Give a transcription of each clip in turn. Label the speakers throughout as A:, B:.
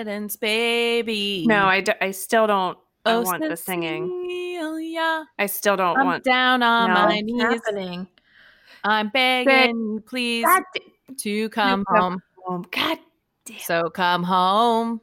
A: Confidence, baby. Oh,
B: No, I, d- I still don't I want the singing.
A: Cecilia,
B: I still don't
A: I'm
B: want
A: down on
B: No.
A: my
B: It's
A: knees.
C: Um, happening.
A: I'm begging you, please,
B: God
A: to come
B: come
A: home.
C: Oh,
B: damn- God damn.
A: So come home.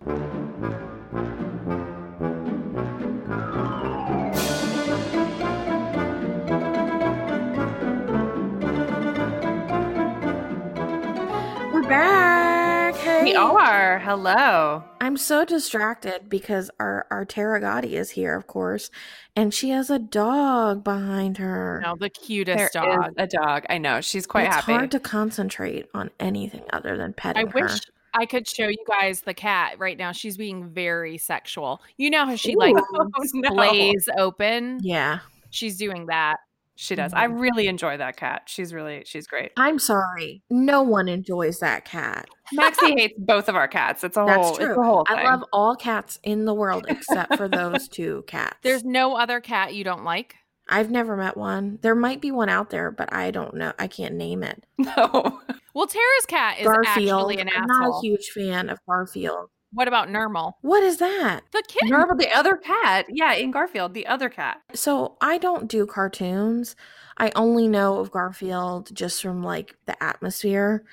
C: We're back. Hey.
B: We are. Hello.
C: I'm so distracted because our our Terragati is here, of course, and she has a dog behind her.
A: Now the
B: There
A: cutest
B: is
A: dog.
B: a dog. I know. She's quite
C: it's
B: happy.
C: hard to concentrate on anything other than
A: I
C: petting her.
A: wish I could show you guys the cat right now. She's being very sexual. You know how she like
B: Oh, no.
A: plays open.
C: Yeah,
A: She's doing that.
B: She does. I really enjoy that cat. She's really she's great.
C: I'm sorry. No one enjoys that cat.
B: Maxie hates both of our cats. It's a
C: That's
B: whole it's
C: true.
B: a whole
C: I
B: thing.
C: love all cats in the world except for those two cats.
A: There's no other cat you don't like.
C: I've never met one. There might be one out there, but I don't know. I can't name it.
B: no.
A: Well, Tara's cat is actually an
C: I'm
A: asshole.
C: not a huge fan of Garfield.
A: what about Normal?
C: What is that?
A: The kitten.
B: Normal the other cat. Yeah, in Garfield, the other cat.
C: So I don't do cartoons. I only know of Garfield just from like the atmosphere.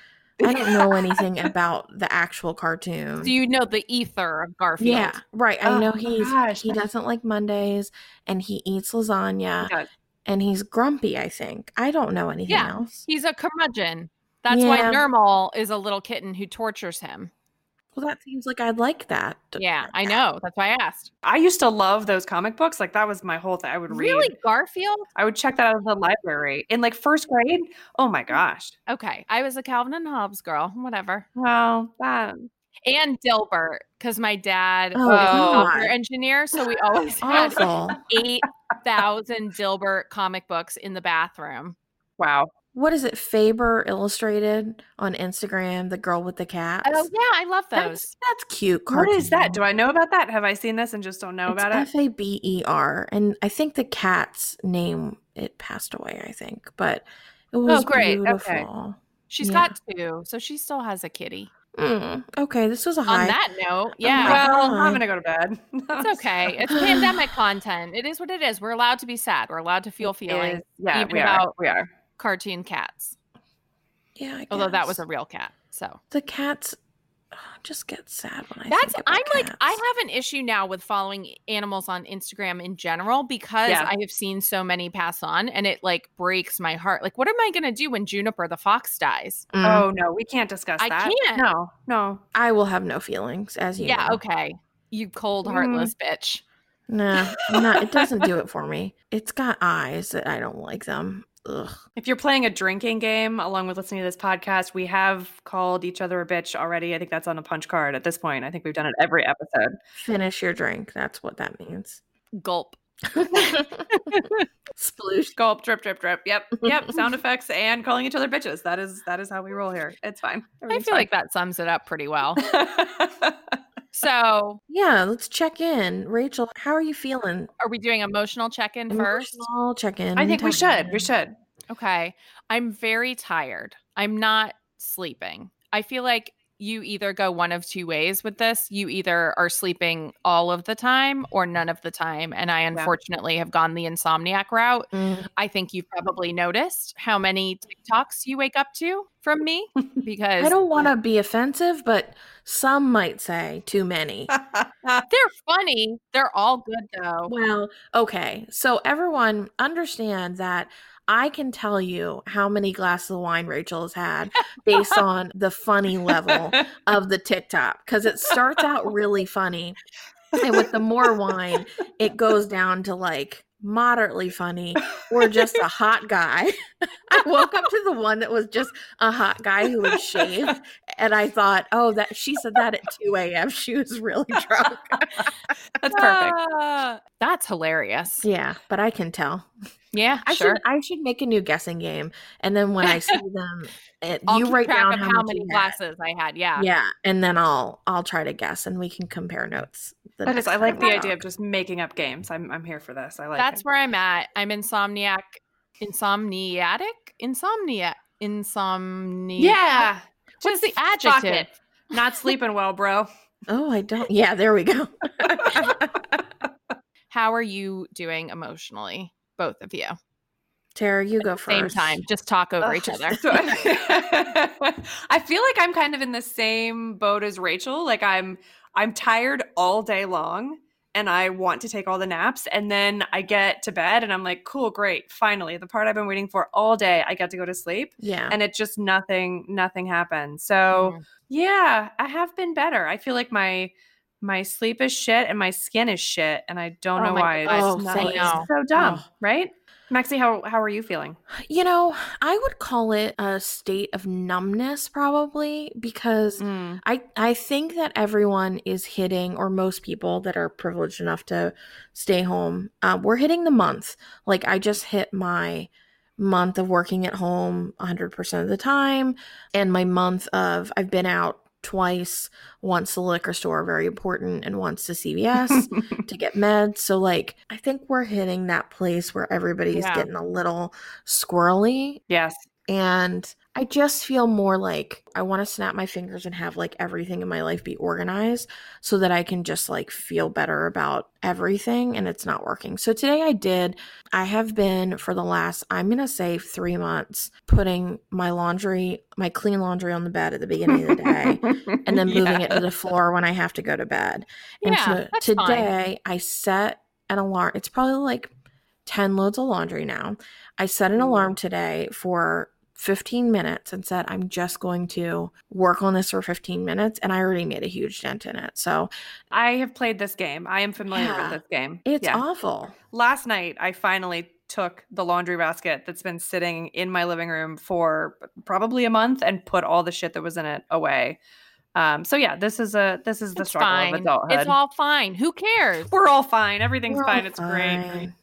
C: I don't know anything about the actual cartoon.
A: Do you know the ether of Garfield?
C: yeah, right. I
B: Oh
C: know
B: my
C: he's
B: gosh.
C: he doesn't like Mondays and he eats lasagna
B: He does.
C: and he's grumpy, I think. I don't know anything
A: Yeah.
C: else.
A: He's a curmudgeon. That's
C: Yeah.
A: why Normal is a little kitten who tortures him.
C: Well, that seems like I'd like that.
A: Yeah, I know. That's why I asked.
B: I used to love those comic books. Like that was my whole thing. I would read.
A: Really, Garfield?
B: I would check that out of the library in like first grade. Oh
C: Mm.
B: my gosh.
A: Okay, I was a Calvin and Hobbes girl. Whatever.
B: Well, that
A: And Dilbert, because my dad
C: Oh,
A: was a
C: God.
A: software engineer, so we always had
C: Awful.
A: eight thousand Dilbert comic books in the bathroom.
B: wow.
C: what is it? Faber Illustrated on Instagram, the girl with the cat.
A: Oh yeah, I love those.
C: that's, that's cute.
B: What is that?
C: cartoon.
B: Do I know about that? Have I seen this and just don't know about it?
C: F A B E R, and I think the cat's name it passed away. I think, but it
A: Oh,
C: was
B: great. Okay.
C: beautiful.
A: She's
C: yeah.
A: got two, so she still has a kitty.
C: Mm, okay, this was a
A: On
C: high.
A: that note,
C: Oh my
A: yeah.
C: God.
B: well,
C: Hi.
B: I'm gonna go to bed.
A: It's okay. It's pandemic content. It is what it is. We're allowed to be sad. We're allowed to feel feelings.
B: Is- yeah,
A: even
B: we are.
A: about-
B: We are.
A: Cartoon cats.
C: yeah, I
A: Although that was a
C: guess.
A: real cat. So
C: the cats. ugh, just get sad when I.
A: that's
C: think about
A: I'm like I
C: cats.
A: have an issue now with following animals on Instagram in general because
B: Yeah.
A: I have seen so many pass on and it like breaks my heart. Like what am I going to do when Juniper the fox dies?
C: Mm,
B: Oh no, we can't discuss
A: I
B: that.
A: can't.
B: No, no.
C: I will have no feelings, as you.
A: Yeah,
C: know.
A: okay. You cold
B: Mm.
A: heartless bitch.
C: No, I'm not- it doesn't do it for me. It's got eyes that I don't like them. Ugh.
B: If you're playing a drinking game along with listening to this podcast, we have called each other a bitch already. I think that's on a punch card at this point. I think we've done it every episode.
C: Finish your drink. That's what that means.
A: Gulp.
C: Sploosh.
B: Gulp, drip, drip, drip. Yep, yep. Sound effects and calling each other bitches. That is that is how we roll here. It's fine.
A: I feel like that sums it up pretty well.
B: like.
A: so,
C: Yeah, let's check in. Rachel, how are you feeling?
A: are we doing emotional check-in
C: Mm,
A: first?
C: Emotional check in.
B: I think we should. We should.
A: Okay. I'm very tired. I'm not sleeping. I feel like you either go one of two ways with this. You either are sleeping all of the time or none of the time. And I unfortunately have gone the insomniac route. I think you've probably noticed how many TikToks you wake up to from me because
C: I don't want to be offensive, but some might say too many.
B: Oh.
A: they're funny. They're all good though.
C: well, okay. So, everyone, understand that I can tell you how many glasses of wine Rachel has had based on the funny level of the TikTok because it starts out really funny. And with the more wine, it goes down to like moderately funny or just a hot guy. I woke up to the one that was just a hot guy who was shaved. And I thought, oh, that she said that at 2 a.m. She was really drunk.
B: That's perfect.
A: Ah, that's hilarious.
C: Yeah, but I can tell.
A: Yeah,
C: I
A: sure.
C: should I should make a new guessing game. And then when I see them, it,
A: I'll
C: you
A: keep
C: write
A: track
C: down
A: of
C: how,
A: how
C: much
A: many
C: you had.
A: glasses I had. Yeah.
C: yeah and then i'll i'll try to guess and we can compare notes the
B: That is.
C: next
B: I like
C: time
B: the
C: we
B: idea of
C: talk.
B: just making up games. I'm I'm here for this. I like.
A: That's
B: it.
A: where I'm at. I'm insomniac, insomniatic, insomnia, insomnia.
B: Yeah.
A: What's the
B: fuck it.
A: adjective?
B: Not sleeping well, bro.
C: Oh, I don't. Yeah, there we go.
A: How are you doing emotionally, both of you?
C: Tara, you go first.
A: Same time, just talk over each other.
B: So- I feel like I'm kind of in the same boat as Rachel. Like I'm I'm tired all day long and I want to take all the naps and then I get to bed and I'm like, "Cool, great. Finally, the part I've been waiting for all day, I get to go to sleep."
C: Yeah.
B: And it just nothing nothing happened.
A: Mm.
B: So, yeah, I have been better. I feel like my my sleep is shit and my skin is shit and I don't
A: Oh
B: know
A: my
B: why.
A: God,
C: Oh,
B: It's
C: same.
B: it's so dumb,
C: Oh.
B: right? Maxie, how how are you feeling?
C: You know, I would call it a state of numbness probably because
A: Mm.
B: Mm.
C: I I think that everyone is hitting, or most people that are privileged enough to stay home, uh, we're hitting the month. Like I just hit my month of working at home 100% of the time, and my month of I've been out twice, once to the liquor store, very important, and once to CVS to get meds. So like I think we're hitting that place where everybody's
A: Yeah.
C: getting a little squirrely
B: yes.
C: and I just feel more like I want to snap my fingers and have like everything in my life be organized so that I can just like feel better about everything and it's not working. So today I did, I have been for the last, I'm going to say three months, putting my laundry, my clean laundry on the bed at the beginning of the day and then moving it to the floor when I have to go to bed. And
A: yeah, that's
C: so
A: fine.
C: today I set an alarm. It's probably like 10 loads of laundry now. I set an
A: Mm-hmm.
B: Ooh.
C: alarm today for 15 minutes and said, I'm just going to work on this for 15 minutes. And I already made a huge dent in it. So
B: I have played this game. I am familiar
C: Yeah.
B: with this game.
C: it's
B: Yeah.
C: awful.
B: Last night, I finally took the laundry basket that's been sitting in my living room for probably a month and put all the shit that was in it away. Um, so yeah, this is a this is the
A: It's
B: struggle
A: fine.
B: of adulthood.
A: It's all fine. Who cares?
B: We're all fine. Everything's
C: We're all
B: fine. It's great.
C: fine.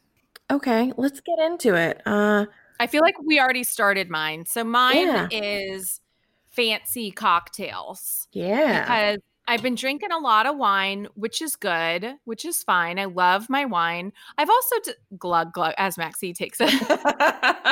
C: Okay, let's get into it. Uh,
A: I feel like we already started mine. So mine
C: Yeah.
A: is fancy cocktails.
C: yeah.
A: because I've been drinking a lot of wine, which is good, which is fine. I love my wine. I've also d- glug glug as Maxie takes it.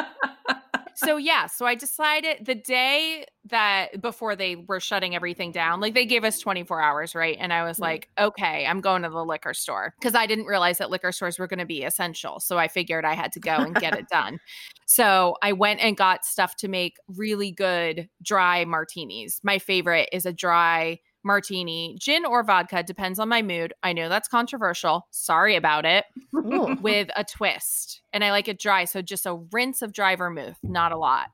A: so yeah, so I decided the day that before they were shutting everything down, like they gave us 24 hours, right? And I was
C: Mhm.
A: like, okay, I'm going to the liquor store because I didn't realize that liquor stores were going to be essential. So I figured I had to go and get it done. So I went and got stuff to make really good dry martinis. My favorite is a dry martini, gin or vodka, depends on my mood. I know that's controversial. Sorry about it.
C: Ooh.
A: With a twist. And I like it dry. So just a rinse of dry vermouth, not a lot.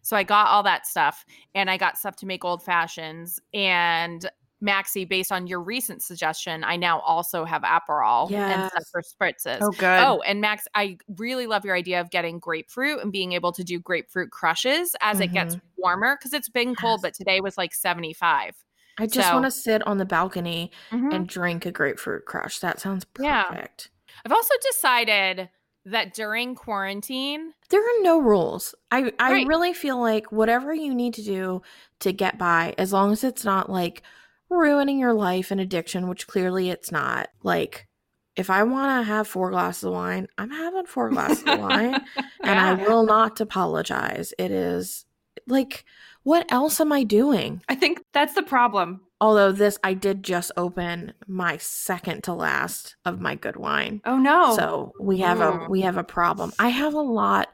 A: So I got all that stuff and I got stuff to make old fashions. And Maxie, based on your recent suggestion, I now also have Aperol and stuff
C: Yes.
A: for spritzes.
B: oh good.
A: Oh, and Max, I really love your idea of getting grapefruit and being able to do grapefruit crushes as it gets warmer because it's been cold,
C: Yes.
A: but today was like 75.
C: I just
A: so-
C: want to sit on the balcony
A: Mhm.
C: and drink a grapefruit crush. That sounds
A: Yeah.
C: perfect.
A: I've also decided that during quarantine,
C: There are no rules. I, I
A: Right.
C: really feel like whatever you need to do to get by, as long as it's not like ruining your life and addiction, which clearly it's not. Like, if I want to have four glasses of wine, I'm having four glasses of wine and I
A: Yeah.
C: will not apologize. It is like, what else am I doing?
B: I think that's the problem.
C: Although, this, I did just open my second to last of my good wine.
B: Oh Hmm. no.
C: So we have a
A: Mm.
C: we have a problem. I have a lot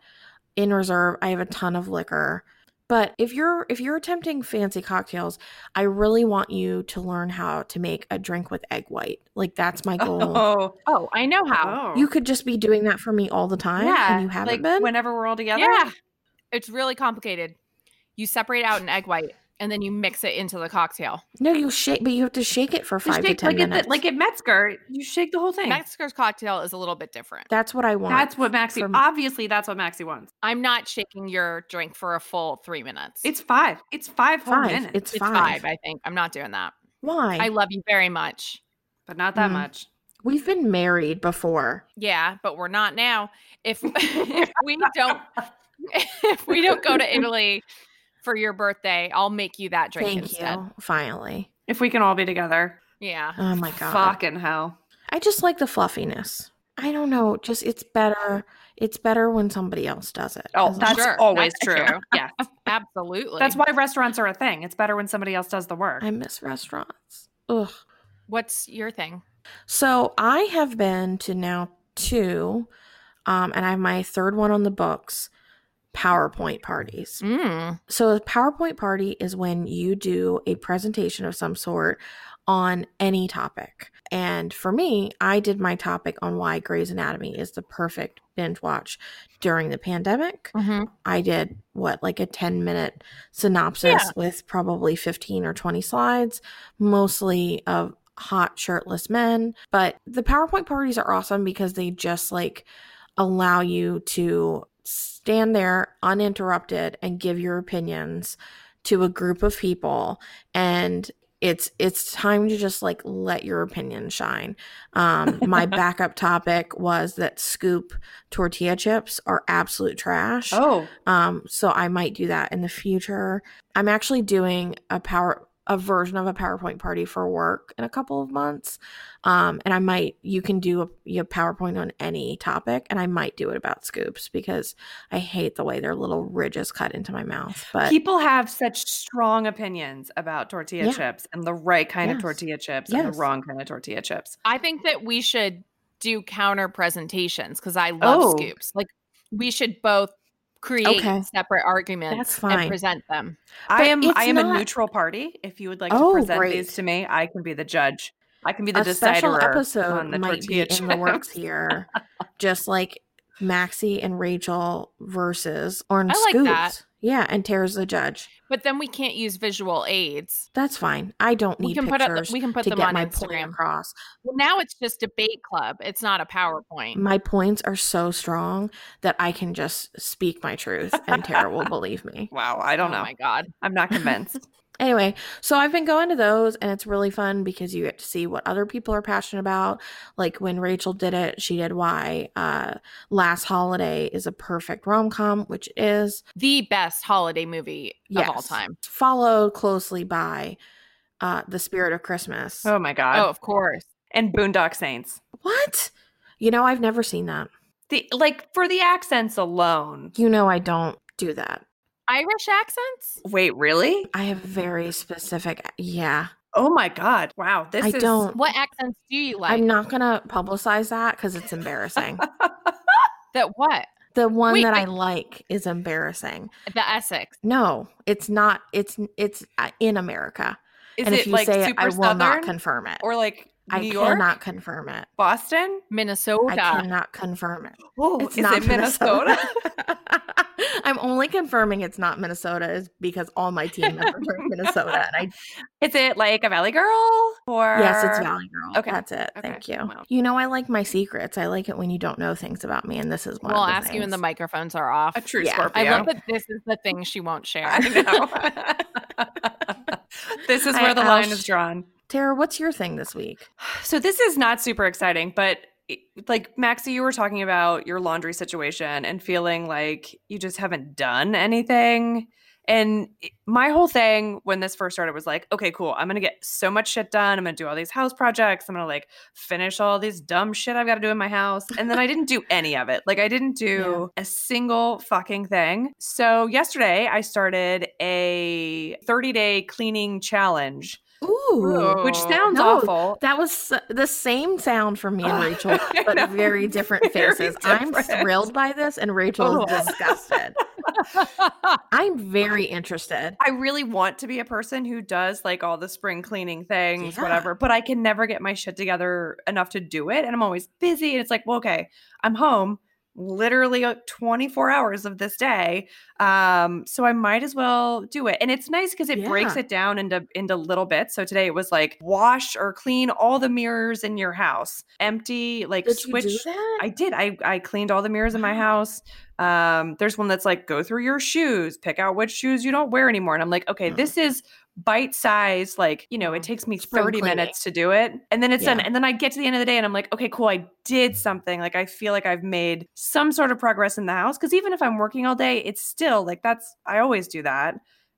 C: in reserve. I have a ton of liquor. But if you're if you're attempting fancy cocktails, I really want you to learn how to make a drink with egg white. Like that's my goal.
B: oh.
A: oh, I know how.
B: oh.
C: You could just be doing that for me all the time and you haven't
B: like
C: been.
B: whenever we're all together.
A: Yeah. It's really complicated. You separate out an egg white and then you mix it into the cocktail.
C: no, you shake but you have to shake it for 5
B: shake,
C: to 10
B: like
C: minutes.
B: At, like at Metzger, you shake the whole thing.
A: Mexico's cocktail is a little bit different.
C: that's what I want.
B: that's what Maxie.
C: from-
B: obviously, that's what Maxie wants.
A: I'm not shaking your drink for a full three minutes.
B: It's five. It's five whole
C: five.
B: minutes,
C: It's,
A: It's
C: five.
A: I think. I'm not doing that.
C: Why?
A: I love you very much.
B: but not that
C: Mm.
B: much.
C: We've been married before.
A: Yeah, but we're not now. If, if we don't if we don't go to Italy for your birthday, I'll make you that drink
C: Thank
A: instead.
C: you. Finally.
B: If we can all be together,
A: Yeah.
C: Oh my god.
B: fucking hell.
C: I just like the fluffiness. I don't know. Just it's better. It's better when somebody else does it.
B: Oh,
C: As
B: that's
A: Sure,
B: always
A: that's
B: true.
A: true.
B: Yeah,
A: Absolutely.
B: that's why restaurants are a thing. It's better when somebody else does the work.
C: I miss restaurants. Ugh.
A: What's your thing?
C: So I have been to now two, um, and I have my third one on the books PowerPoint parties.
A: Mm.
B: Mm-hmm.
C: So a PowerPoint party is when you do a presentation of some sort on any topic. And for me, I did my topic on why Grey's Anatomy is the perfect binge watch during the pandemic.
A: hmm
C: I did what like a 10 minute synopsis with probably 15 or 20 slides, mostly of hot shirtless men. But the PowerPoint parties are awesome because they just like allow you to stand there uninterrupted and give your opinions to a group of people and it's it's time to just like let your opinion shine. Um, my backup topic was that scoop tortilla chips are absolute trash.
B: Oh,
C: Um, so I might do that in the future. I'm actually doing a power a version of a PowerPoint party for work in a couple of months. Um, and I might you can do a your PowerPoint on any topic, and I might do it about scoops because I hate the way their little ridges cut into my mouth. But
B: people have such strong opinions about tortilla
C: Yeah.
B: chips and the right kind
C: Yes.
B: of tortilla chips and
C: Yes.
B: the wrong kind of tortilla chips.
A: I think that we should do counter presentations because I love
B: Oh.
A: scoops. Like we should both create
C: Okay.
A: separate arguments
C: That's
A: and
C: fine.
A: present them.
B: I
C: But
B: am
C: it's
B: I am
C: not-
B: a neutral party. If you would like
C: Oh,
B: to present
C: great.
B: these to me, I can be the judge. I can be the
C: a
B: decider
C: special
B: on
C: episode
B: the
C: might be
B: tortilla chips.
C: in the works here, just like Maxie and Rachel versus Orange
A: I like
C: Scoops.
A: that.
C: Yeah, and Tara's the judge.
A: But then we can't use visual aids.
C: That's fine. I don't
A: We
C: need
A: can put
C: pictures
A: up, we can put
C: to
A: them
C: get
A: on
C: my point
A: Instagram.
C: across.
A: Well, now it's just debate club. It's not a PowerPoint.
C: My points are so strong that I can just speak my truth, and Tara will believe me.
B: Wow, I don't
A: oh
B: know.
A: my god.
B: I'm not convinced.
C: Anyway, so I've been going to those and it's really fun because you get to see what other people are passionate about. Like when Rachel did it, she did why uh Last Holiday is a perfect rom-com, which it is
A: The best holiday movie of all
C: Yes.
A: time.
C: followed closely by uh The Spirit of Christmas.
B: oh my god.
A: oh, of course.
B: And Boondock Saints.
C: What? You know I've never seen that.
B: The like for the accents alone.
C: You know I don't do that.
A: Irish accents?
B: Wait, really?
C: I have very specific yeah.
B: Oh my god. Wow, this
C: I
B: is
C: don't
A: What accents do you like?
C: I'm not going to publicize that cuz it's embarrassing.
A: that what?
C: the one
A: Wait,
C: that
A: wait.
C: I like is embarrassing.
A: The Essex.
C: No, it's not. It's it's uh, in America,
B: Is
C: and
B: it
C: if you
B: like
C: say it,
B: super
C: I will
B: southern
C: not confirm it.
B: or like New
C: I
B: York?
C: cannot confirm it.
B: Boston?
A: Minnesota.
C: I cannot confirm it.
B: Oh,
C: It's
B: is
C: not
B: it Minnesota?
C: I'm only confirming it's not Minnesota is because all my team members are in Minnesota, and I
B: Is it like a Valley Girl? Or
C: yes, it's Valley Girl.
B: Okay.
C: that's it.
B: Okay.
C: Thank you.
B: Wow.
C: You know, I like my secrets. I like it when you don't know things about me, and this is one.
A: We'll
C: of the
A: ask you when the
C: things.
A: microphones are off.
B: a true
C: Yeah.
B: Scorpio.
A: I love that this is the thing she won't share.
B: I know. this is
C: I- um,
B: where the
C: I'll
B: line is
C: sh-
B: drawn.
C: Tara, what's your thing this week?
B: So this is not super exciting, but it- like Maxie, you were talking about your laundry situation and feeling like you just haven't done anything. And it- my whole thing when this first started was like, okay, cool. I'm gonna get so much shit done. I'm gonna do all these house projects. I'm gonna like finish all these dumb shit I've got to do in my house. And then I didn't do any of it. Like I didn't do a single fucking thing. So yesterday I started a 30 day cleaning challenge,
C: Ooh,
B: which
A: Oh.
B: sounds
C: No,
B: awful.
C: That was s- the same sound for me and
B: Oh,
C: Rachel,
B: I know.
C: but very different
B: Very
C: faces. I'm
B: different.
C: thrilled by this, and Rachel
B: Oh.
C: is disgusted. I'm very interested.
B: I really want to be a person who does like all the spring cleaning things,
C: Yeah.
B: whatever, but I can never get my shit together enough to do it. And I'm always busy. And it's like, well, okay, I'm home literally uh, 24 hours of this day. Um, so I might as well do it. And it's nice because it breaks
C: Yeah.
B: it down into into little bits. So today it was like wash or clean all the mirrors in your house. Empty, like
C: Did
B: switch.
C: you do that?
B: I did. I I cleaned all the mirrors in my
C: Wow.
B: house. Um, there's one that's like go through your shoes, pick out which shoes you don't wear anymore. And I'm like, okay,
C: Mm.
B: this is bite size. Like you know, it
C: Mm.
B: takes me
C: Spring
B: 30
C: cleaning.
B: minutes to do it, and then it's done.
C: Yeah.
B: And then I get to the end of the day, and I'm like, okay, cool. I did something. Like I feel like I've made some sort of progress in the house. Because even if I'm working all day, it's still like that's I always do that.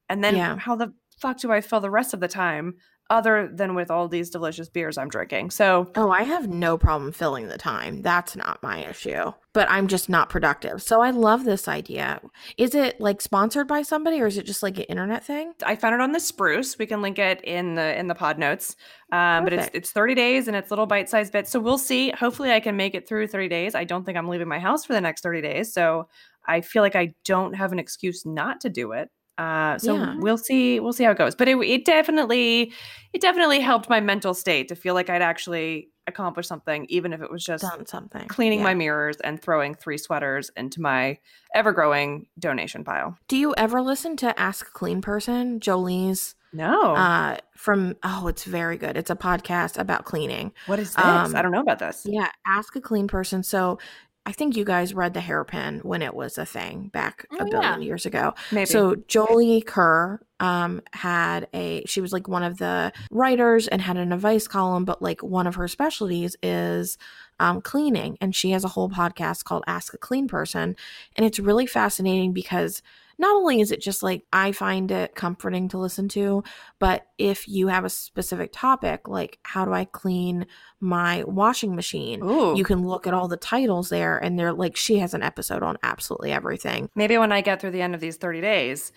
B: And then
C: Yeah.
B: how the fuck do I feel the rest of the time? other than with all these delicious beers I'm drinking. So
C: Oh, I have no problem filling the time. That's not my issue. But I'm just not productive. So I love this idea. Is it like sponsored by somebody or is it just like an internet thing?
B: I found it on the Spruce. We can link it in the in the pod notes. Um, but it's
C: Perfect.
B: it's 30 days and it's little bite sized bits. So we'll see. Hopefully, I can make it through 30 days. I don't think I'm leaving my house for the next 30 days. So I feel like I don't have an excuse not to do it. Uh, so
C: Yeah.
B: we'll see. We'll see how it goes. But it, it definitely it definitely helped my mental state to feel like I'd actually accomplished something, even if it was just
C: Done something.
B: cleaning
C: Yeah.
B: my mirrors and throwing three sweaters into my ever growing donation pile.
C: Do you ever listen to Ask a Clean Person, Jolene's
B: No.
C: uh from oh, it's very good. It's a podcast about cleaning.
B: What is this?
C: Um,
B: I don't know about this.
C: Yeah, ask a clean person. So I think you guys read the hairpin when it was a thing back
A: Oh,
C: a billion years ago.
B: Maybe.
C: So Jolie Kerr um had a she was like one of the writers and had an advice column, but like one of her specialties is um cleaning and she has a whole podcast called Ask a Clean Person and it's really fascinating because not only is it just like I find it comforting to listen to, but if you have a specific topic like how do I clean my washing machine?
B: Ooh.
C: You can look at all the titles there, and they're like, she has an episode on absolutely everything.
B: Maybe when I get through the end of these 30 days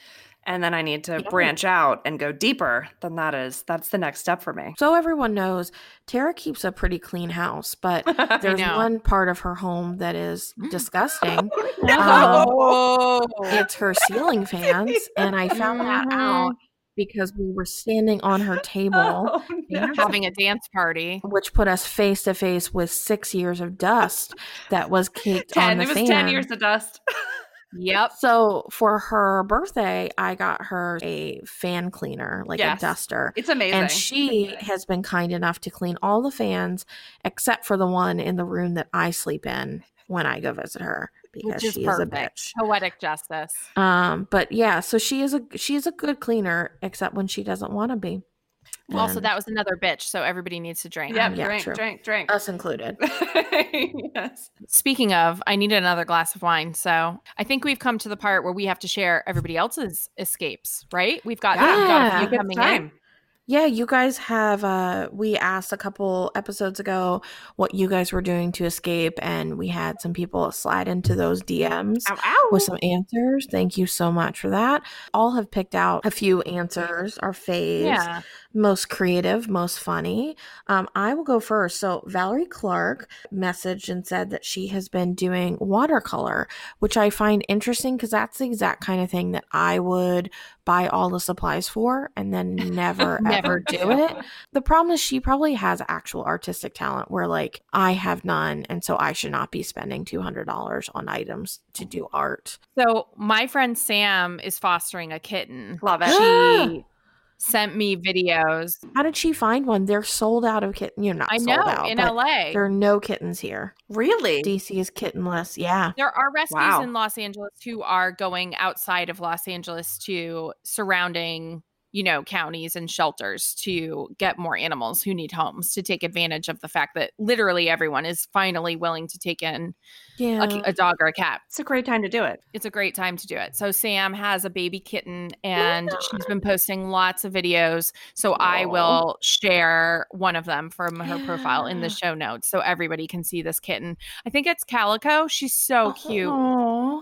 B: and then I need to
C: Yeah.
B: branch out and go deeper, then that is that's the next step for me.
C: So everyone knows Tara keeps a pretty clean house, but there's
A: know.
C: one part of her home that is
A: Mm.
C: disgusting.
B: Oh,
A: No.
C: it's her ceiling fans, and I found that
B: Mm-hmm.
C: out because we were standing on her table,
B: Oh, no.
A: having a dance party.
B: Oh.
C: which put us face to face with six years of dust that was caked on
B: ten.
C: the
B: It was
C: fan.
B: ten years of dust.
A: Yep.
C: So for her birthday, I got her a fan cleaner, like
B: Yes.
C: a duster.
B: It's amazing.
C: And she has been kind enough to clean all the fans except for the one in the room that I sleep in when I go visit her because
A: is
C: she
A: perfect.
C: is a
A: Poetic justice.
C: bitch. Um, but yeah, so she is a she is a good cleaner except when she doesn't want to be.
A: Also,
C: And
A: that was another bitch, so everybody needs to drink.
B: yep,
C: yeah,
B: drink,
C: true. Uh,
B: drink, drink,
C: us included.
B: yes.
A: Speaking of, I need another glass of wine. So I think we've come to the part where we have to share everybody else's escapes, right? We've got, we've got
C: Yeah.
A: a
B: You
A: few
B: get the
A: coming in.
B: time.
C: Yeah, you guys have uh we asked a couple episodes ago what you guys were doing to escape and we had some people slide into those DMs
B: Ow, ow.
C: with some answers. Thank you so much for that. All have picked out a few answers, our faves,
A: Yeah.
C: most creative, most funny. Um, I will go first. So Valerie Clark messaged and said that she has been doing watercolor, which I find interesting because that's the exact kind of thing that I would buy all the supplies for and then never,
A: Never
C: ever do it. The problem is she probably has actual artistic talent where like I have none, and so I should not be spending two hundred dollars on items to do art.
A: So my friend Sam is fostering a kitten.
B: Love it.
A: She sent me videos.
C: How did she find one? They're sold out of kitten. You're not
A: I
C: sold
A: know
C: out.
A: in
C: but
A: LA.
C: There are no kittens here.
B: Really?
C: DC is kittenless. Yeah.
A: There are rescues
B: Wow.
A: in Los Angeles who are going outside of Los Angeles to surrounding, you know, counties and shelters to get more animals who need homes to take advantage of the fact that literally everyone is finally willing to take in
C: Yeah.
A: a, ki- a dog or a cat.
B: It's a great time to do it.
A: It's a great time to do it. So Sam has a baby kitten and she's been posting lots of videos. So I
B: Aw.
A: will share one of them from her profile in the
C: Yeah.
A: show notes so everybody can see this kitten. I think it's Calico. She's
B: Oh,
A: so cute.
B: Aw.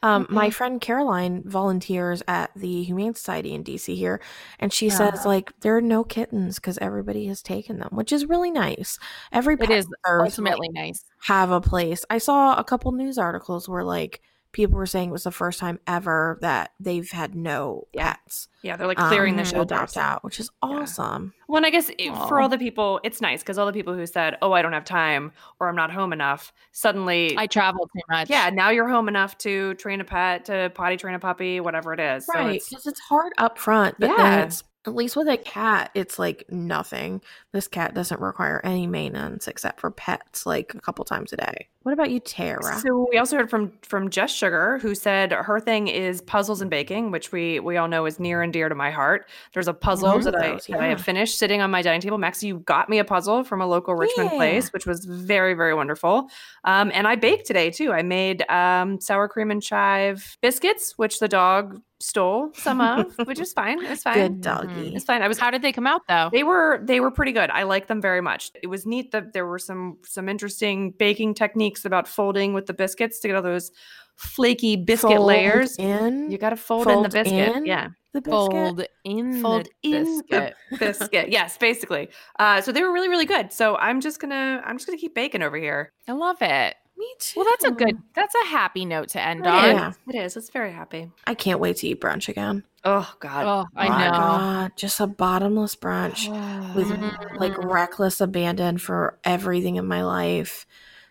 C: Um, my
B: Mhm.
C: friend Caroline volunteers at the Humane Society in DC here, and she
B: Yeah.
C: says like there are no kittens because everybody has taken them, which is really nice. Every
A: It
C: pet
A: is
C: deserves to, like,
A: ultimately nice.
C: have a place. I saw a couple news articles where like people were saying it was the first time ever that they've had no
B: Yeah.
C: pets
B: Yeah, they're like
C: um,
B: clearing the
C: to
B: show
C: adopt out, which is awesome.
B: Well, and I guess it, for
A: Aw.
B: all the people, it's nice because all the people who said, "Oh, I don't have time" or "I'm not home enough," suddenly,
A: I travel too much.
B: yeah, now you're home enough to train a pet, to potty train a puppy, whatever it is. So
C: Right,
B: it's,
C: because it's hard up front, but
B: Yeah.
C: then it's at least with a cat, it's like nothing. This cat doesn't require any maintenance except for pets, like a couple times a day. What about you, Tara?
B: So we also heard from from Jess Sugar, who said her thing is puzzles and baking, which we we all know is near and dear to my heart. There's a puzzle
C: Love
B: that, I,
C: those,
B: that I have
C: yeah.
B: finished sitting on my dining table. Max, you got me a puzzle from a local Richmond
C: Yeah.
B: place, which was very very wonderful. Um, and I baked today too. I made um, sour cream and chive biscuits, which the dog stole some of, which is fine. It's fine.
C: Good doggy.
B: It's fine. I was
A: How did they come out though?
B: they were they were pretty good. I like them very much. It was neat that there were some some interesting baking techniques about folding with the biscuits to get all those flaky biscuit
C: Fold
B: layers.
C: in
B: You got to fold, in the
C: fold
B: biscuit.
C: in
B: Yeah.
C: the biscuit.
A: Fold in
B: Fold
A: the
B: in the-
A: biscuit.
B: Biscuit. yes, basically. Uh, so they were really really good. So I'm just going to I'm just going to keep baking over here.
A: I love it.
C: Me too.
A: Well, that's a good. That's a happy note to end on.
C: Yeah.
B: It is. It's very happy.
C: I can't wait to eat brunch again.
B: Oh god.
A: Oh, I
C: My
A: know.
C: God, just a bottomless brunch with like reckless abandon for everything in my life.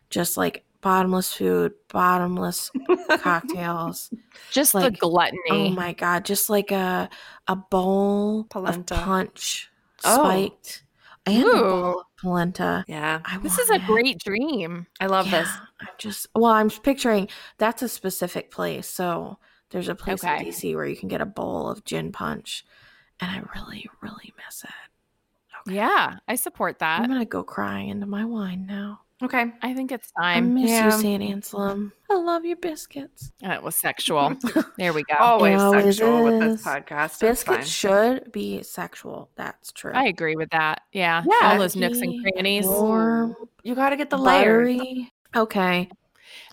C: Just like bottomless food, bottomless cocktails.
A: Just the
C: like,
A: gluttony.
C: oh my god, just like a a bowl
B: Polenta.
C: of punch
B: Oh.
C: spiked and a
A: Ooh.
C: bowl of polenta.
B: Yeah.
C: I
A: This
C: want
A: is a
C: it.
A: great dream.
B: I love
C: Yeah,
B: this.
C: I'm just well, I'm picturing that's a specific place. So there's a place
A: Okay.
C: in DC where you can get a bowl of gin punch, and I really, really miss it.
A: Yeah, I support
C: I'm
A: that.
C: gonna go crying into my wine now.
B: Okay.
A: I think it's
C: i
A: time.
C: miss
B: yeah.
C: you, St. Anselm. I love your biscuits.
A: Uh, It was sexual. there we go.
B: Always
C: always
B: sexual with this
C: is.
B: podcast. It's fine.
C: Biscuits should be sexual. That's true.
A: I agree with that. Yeah.
B: Yeah.
A: All those nooks and
C: Chunky,
A: crannies.
C: warm,
B: You got to get the layer.
C: buttery. Okay.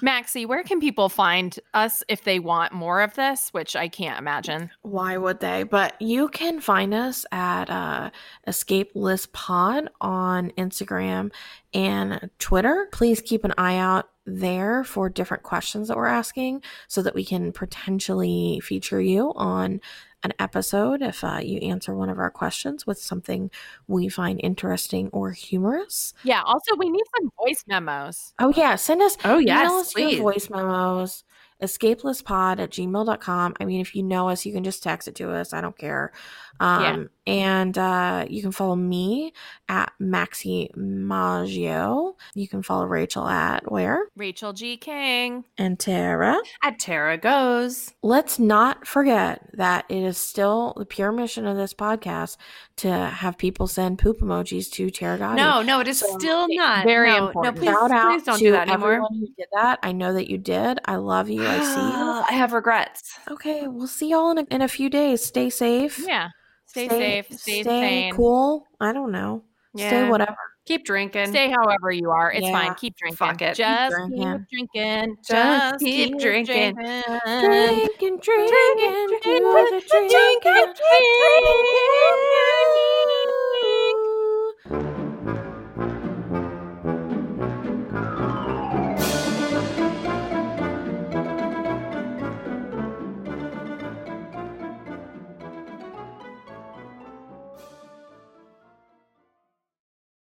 A: Maxie, where can people find us if they want more of this? Which I can't imagine.
C: Why would they? But you can find us at uh, Escape List Pod on Instagram and Twitter. Please keep an eye out there for different questions that we're asking so that we can potentially feature you on an episode if uh, you answer one of our questions with something we find interesting or humorous.
A: Yeah. Also, we need some voice memos.
C: Oh, yeah. Send us
B: Oh
C: email us your voice memos escapelesspod at gmail.com i mean if you know us you can just text it to us i don't care um and uh you can follow me at maxi maggio you can follow rachel at where
A: Rachel G. King.
C: and tara
B: At Tara goes.
C: let's not forget that it is still the pure mission of this podcast to have people send poop emojis to tara Gotti.
B: No, no, it is
C: So-
B: still not.
A: Very
B: no,
A: important.
B: No, please,
C: Shout out
B: please don't
C: to
B: do that anymore.
C: everyone who did that. I know that you did. I love you. I see you.
B: I have regrets.
C: Okay, we'll see y'all in a, in a few days. Stay safe.
A: Yeah. Stay, safe. Stay, sane.
C: cool. I don't know. Stay whatever.
B: Keep drinking.
A: Stay however you are. It's
C: Yeah.
A: fine. Keep drinking.
B: Fuck it. Keep
A: Just keep
C: drinking.
A: drinking. Just,
B: keep
A: drinking.
B: drinking.
C: Drinking, drinking, do the drinking.
A: drinking.